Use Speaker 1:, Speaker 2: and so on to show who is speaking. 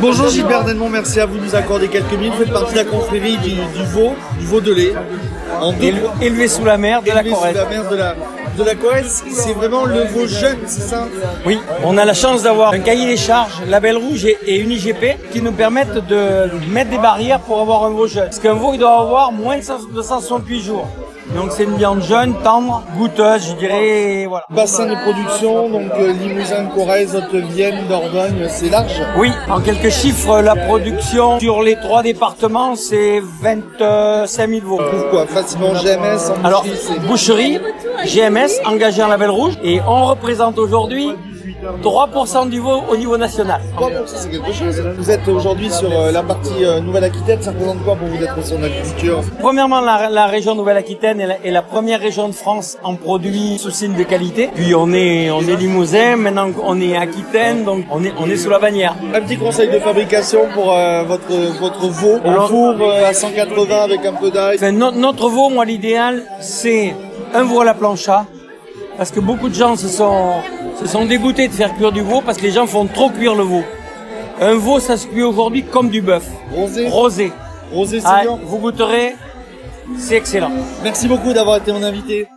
Speaker 1: Bonjour Gilbert Denmont, merci à vous de nous accorder quelques minutes. Vous faites partie de la confrérie du, du veau, du veau de lait. En deux-
Speaker 2: Éle- Élevé sous la mer de la
Speaker 1: élevé sous
Speaker 2: Corrèze.
Speaker 1: la mer de la, de la Corrèze. C'est vraiment le veau jeune, c'est ça
Speaker 2: Oui, on a la chance d'avoir un cahier des charges, label rouge et, et une IGP qui nous permettent de mettre des barrières pour avoir un veau jeune. Parce qu'un veau, il doit avoir moins de 100 de 168 jours. Donc c'est une viande jeune, tendre, goûteuse, je dirais, et voilà.
Speaker 1: Bassin de production, donc euh, Limousin, Corrèze, Haute-Vienne, Dordogne, c'est large.
Speaker 2: Oui, en quelques chiffres, la production sur les trois départements, c'est 25 000 veaux.
Speaker 1: Pourquoi Facilement GMS, en
Speaker 2: Alors,
Speaker 1: boucherie, c'est-
Speaker 2: boucherie, GMS, engagé en label rouge, et on représente aujourd'hui 3% du veau au niveau national.
Speaker 1: Quoi pour ça, c'est quelque chose. Vous êtes aujourd'hui sur euh, la partie euh, Nouvelle-Aquitaine, ça représente quoi pour vous d'être sur l'agriculture
Speaker 2: Premièrement, la, la région Nouvelle-Aquitaine est, la- est la première région de France en produits sous signe de qualité. Puis on est, on est Limousin, maintenant on est Aquitaine, donc on est, on est sous la bannière.
Speaker 1: Un petit conseil de fabrication pour euh, votre, votre veau en
Speaker 2: Alors-
Speaker 1: four euh, à 180 avec un peu d'ail.
Speaker 2: Enfin, no- notre veau, moi, l'idéal, c'est un veau à la plancha, parce que beaucoup de gens se sont, se sont dégoûtés de faire cuire du veau, parce que les gens font trop cuire le veau. Un veau, ça se cuit aujourd'hui comme du bœuf.
Speaker 1: Rosé,
Speaker 2: Rosé.
Speaker 1: rosé
Speaker 2: Ah,
Speaker 1: saignant.
Speaker 2: vous goûterez, c'est excellent.
Speaker 1: Merci beaucoup d'avoir été mon invité.